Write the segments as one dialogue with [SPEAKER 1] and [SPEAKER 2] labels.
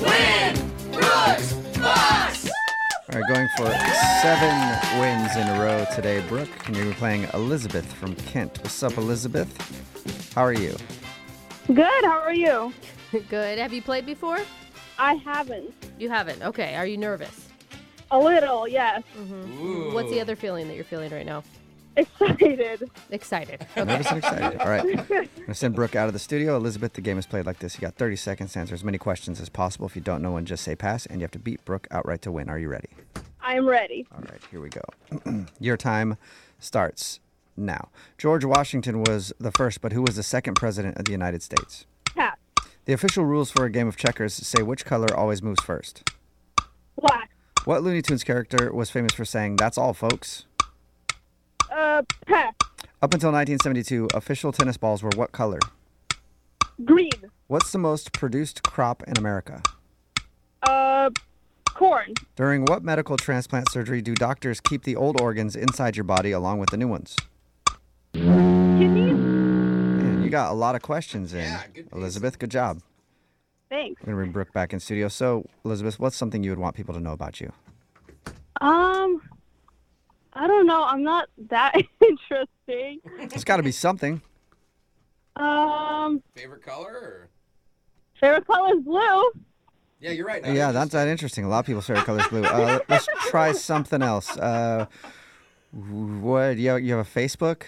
[SPEAKER 1] Win! Brooks! Box!
[SPEAKER 2] All right, going for seven wins in a row today, Brooke. And you're playing Elizabeth from Kent. What's up, Elizabeth? How are you?
[SPEAKER 3] Good. How are you?
[SPEAKER 4] Good. Have you played before?
[SPEAKER 3] I haven't.
[SPEAKER 4] You haven't. Okay. Are you nervous?
[SPEAKER 3] A little, yes.
[SPEAKER 1] Ooh.
[SPEAKER 4] What's the other feeling that you're feeling right now?
[SPEAKER 3] Excited.
[SPEAKER 4] Excited.
[SPEAKER 2] Nervous and excited. All right. I'm going to send Brooke out of the studio. Elizabeth, the game is played like this. You got 30 seconds to answer as many questions as possible. If you don't know one, just say pass, and you have to beat Brooke outright to win. Are you ready?
[SPEAKER 3] I'm ready.
[SPEAKER 2] All right, here we go. Your time starts now. George Washington was the first, but who was the second president of the United States?
[SPEAKER 3] Pass.
[SPEAKER 2] The official rules for a game of checkers say which color always moves first.
[SPEAKER 3] Black.
[SPEAKER 2] What Looney Tunes character was famous for saying, That's all, folks?
[SPEAKER 3] Uh, pass.
[SPEAKER 2] Up until 1972, official tennis balls were what color?
[SPEAKER 3] Green.
[SPEAKER 2] What's the most produced crop in America?
[SPEAKER 3] Uh, corn.
[SPEAKER 2] During what medical transplant surgery do doctors keep the old organs inside your body along with the new ones?
[SPEAKER 3] Kidneys.
[SPEAKER 2] Man, you got a lot of questions in.
[SPEAKER 1] Yeah, good piece.
[SPEAKER 2] Elizabeth, good job.
[SPEAKER 3] Thanks.
[SPEAKER 2] We're going to bring Brooke back in studio. So, Elizabeth, what's something you would want people to know about you?
[SPEAKER 3] Um, I don't know. I'm not that interesting.
[SPEAKER 2] It's got to be something.
[SPEAKER 3] Um,
[SPEAKER 1] Favorite color? Or...
[SPEAKER 3] favorite color is blue.
[SPEAKER 1] Yeah, you're right.
[SPEAKER 2] yeah, that's that interesting. A lot of people say colors blue. Uh, let's try something else. Uh, what? You have, you have a Facebook?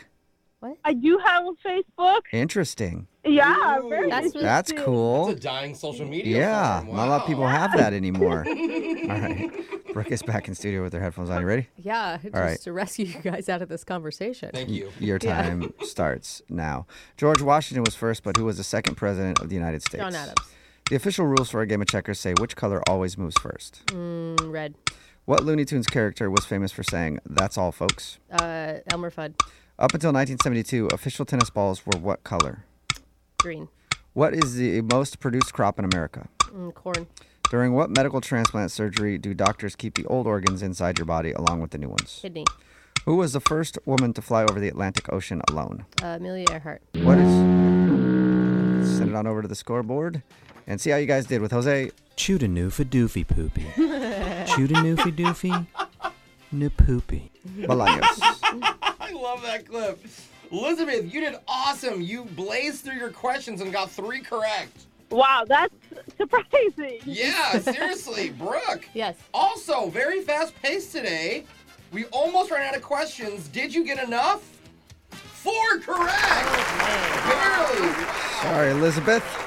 [SPEAKER 3] I do have a Facebook.
[SPEAKER 2] Interesting.
[SPEAKER 3] Yeah,
[SPEAKER 1] Ooh.
[SPEAKER 3] very
[SPEAKER 4] That's-
[SPEAKER 2] That's
[SPEAKER 3] interesting.
[SPEAKER 2] cool.
[SPEAKER 1] It's a dying social media.
[SPEAKER 2] Yeah,
[SPEAKER 1] form.
[SPEAKER 2] not a lot of
[SPEAKER 1] Wow.
[SPEAKER 2] people have that anymore. All right. Brooke is back in studio with her headphones on. You ready?
[SPEAKER 4] yeah. Just
[SPEAKER 2] right.
[SPEAKER 4] to rescue you guys out of this conversation.
[SPEAKER 1] Thank you.
[SPEAKER 2] Your time starts now. George Washington was first, but who was the second president of the United States?
[SPEAKER 4] John Adams.
[SPEAKER 2] The official rules for a game of checkers say which color always moves first.
[SPEAKER 4] Mm, red.
[SPEAKER 2] What Looney Tunes character was famous for saying, That's all, folks?
[SPEAKER 4] Uh, Elmer Fudd.
[SPEAKER 2] Up until 1972, official tennis balls were what color?
[SPEAKER 4] Green.
[SPEAKER 2] What is the most produced crop in America?
[SPEAKER 4] Mm, corn.
[SPEAKER 2] During what medical transplant surgery do doctors keep the old organs inside your body along with the new ones?
[SPEAKER 4] Kidney.
[SPEAKER 2] Who was the first woman to fly over the Atlantic Ocean alone?
[SPEAKER 4] Uh, Amelia Earhart.
[SPEAKER 2] What is. Send it on over to the scoreboard and see how you guys did with Jose.
[SPEAKER 5] Chew to noofa doofy poopy. Chew to noofy doofy. Na poopy.
[SPEAKER 2] Bolaños.
[SPEAKER 1] I love that clip. Elizabeth, you did awesome. You blazed through your questions and got three correct.
[SPEAKER 3] Wow, that's surprising.
[SPEAKER 1] Yeah, seriously, Brooke.
[SPEAKER 4] Yes.
[SPEAKER 1] Also, very fast paced today. We almost ran out of questions. Did you get enough? Four
[SPEAKER 3] Oh,
[SPEAKER 1] correct. Barely. Wow.
[SPEAKER 2] Sorry, Elizabeth.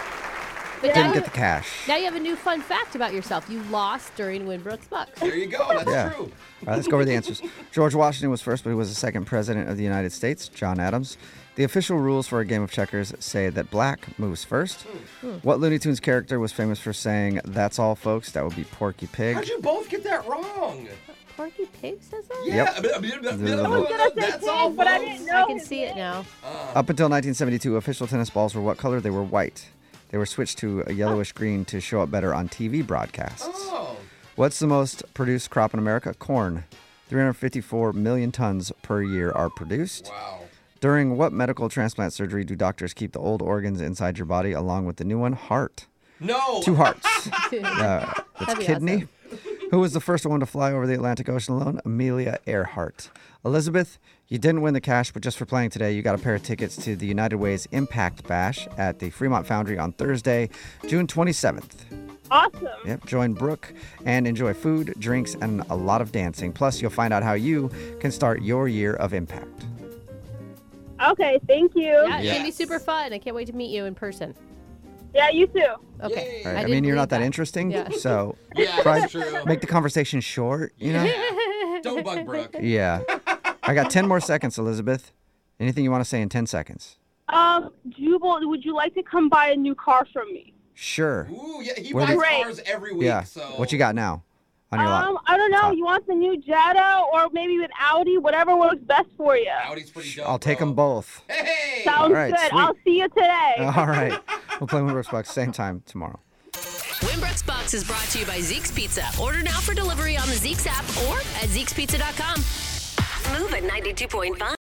[SPEAKER 4] But now,
[SPEAKER 2] Didn't
[SPEAKER 4] you,
[SPEAKER 2] get the cash.
[SPEAKER 4] now you have a new fun fact about yourself. You lost during Winbrook's Bucks.
[SPEAKER 1] There you go. That's
[SPEAKER 2] Yeah.
[SPEAKER 1] true.
[SPEAKER 2] All right, let's go over the answers. George Washington was first, but he was the second president of the United States, John Adams. The official rules for a game of checkers say that black moves first.
[SPEAKER 1] Hmm.
[SPEAKER 2] What Looney Tunes character was famous for saying, That's all, folks? That would be Porky
[SPEAKER 1] How'd
[SPEAKER 2] Pig.
[SPEAKER 1] you both get that wrong?
[SPEAKER 4] Porky Pig says that?
[SPEAKER 1] Yeah. I mean, I mean, I mean,
[SPEAKER 2] I was
[SPEAKER 3] gonna say
[SPEAKER 1] that's all.
[SPEAKER 3] pig, but I
[SPEAKER 1] folks.
[SPEAKER 3] didn't know.
[SPEAKER 4] I can see it now.
[SPEAKER 2] Up until 1972, official tennis balls were what color? They were white. They were switched to a yellowish green to show up better on TV broadcasts.
[SPEAKER 1] Oh.
[SPEAKER 2] What's the most produced crop in America? Corn. 354 million tons per year are produced.
[SPEAKER 1] Wow.
[SPEAKER 2] During what medical transplant surgery do doctors keep the old organs inside your body along with the new one? Heart.
[SPEAKER 1] No.
[SPEAKER 2] Two hearts. Uh, that's
[SPEAKER 4] That'd be
[SPEAKER 2] kidney. Who was the first one to fly over the Atlantic Ocean alone? Amelia Earhart. Elizabeth, you didn't win the cash, but just for playing today, you got a pair of tickets to the United Way's Impact Bash at the Fremont Foundry on Thursday, June 27th.
[SPEAKER 3] Awesome.
[SPEAKER 2] Yep, join Brooke and enjoy food, drinks, and a lot of dancing. Plus, you'll find out how you can start your year of impact.
[SPEAKER 3] Okay, thank you. Yeah,
[SPEAKER 4] Yeah, it's gonna be
[SPEAKER 1] Yes.
[SPEAKER 4] super fun. I can't wait to meet you in person.
[SPEAKER 3] you too.
[SPEAKER 4] Okay.
[SPEAKER 2] All right,
[SPEAKER 1] Yay.
[SPEAKER 2] I,
[SPEAKER 4] didn't
[SPEAKER 2] mean, you're
[SPEAKER 4] believe
[SPEAKER 2] not that,
[SPEAKER 4] that.
[SPEAKER 2] interesting,
[SPEAKER 4] Yeah.
[SPEAKER 2] so
[SPEAKER 1] Yeah,
[SPEAKER 2] Try-
[SPEAKER 1] that's true.
[SPEAKER 2] make the conversation short, you know?
[SPEAKER 1] Yeah. Don't bug Brooke.
[SPEAKER 2] Yeah. I got 10 more seconds, Elizabeth. Anything you want to say in 10 seconds?
[SPEAKER 3] Um, Jubal, would you like to come buy a new car from me?
[SPEAKER 2] Sure.
[SPEAKER 1] Ooh, yeah, he
[SPEAKER 2] Where
[SPEAKER 1] buys
[SPEAKER 2] the-
[SPEAKER 3] Great.
[SPEAKER 1] cars every week.
[SPEAKER 2] Yeah.
[SPEAKER 1] So
[SPEAKER 2] What you got now on your
[SPEAKER 3] um,
[SPEAKER 2] lot?
[SPEAKER 3] I don't know.
[SPEAKER 2] Top.
[SPEAKER 3] You want the new Jetta or maybe an Audi, whatever works best for you.
[SPEAKER 1] Audi's pretty dope.
[SPEAKER 2] I'll take
[SPEAKER 1] bro.
[SPEAKER 2] them both.
[SPEAKER 1] Hey.
[SPEAKER 3] Sounds
[SPEAKER 2] right,
[SPEAKER 3] good.
[SPEAKER 2] sweet. Uh,
[SPEAKER 3] I'll see you today.
[SPEAKER 2] All right. We'll play Winbrook's Bucks same time tomorrow.
[SPEAKER 6] Winbrook's Box is brought to you by Zeke's Pizza. Order now for delivery on the Zeke's app or at Zeke'sPizza.com. Move at 92.5.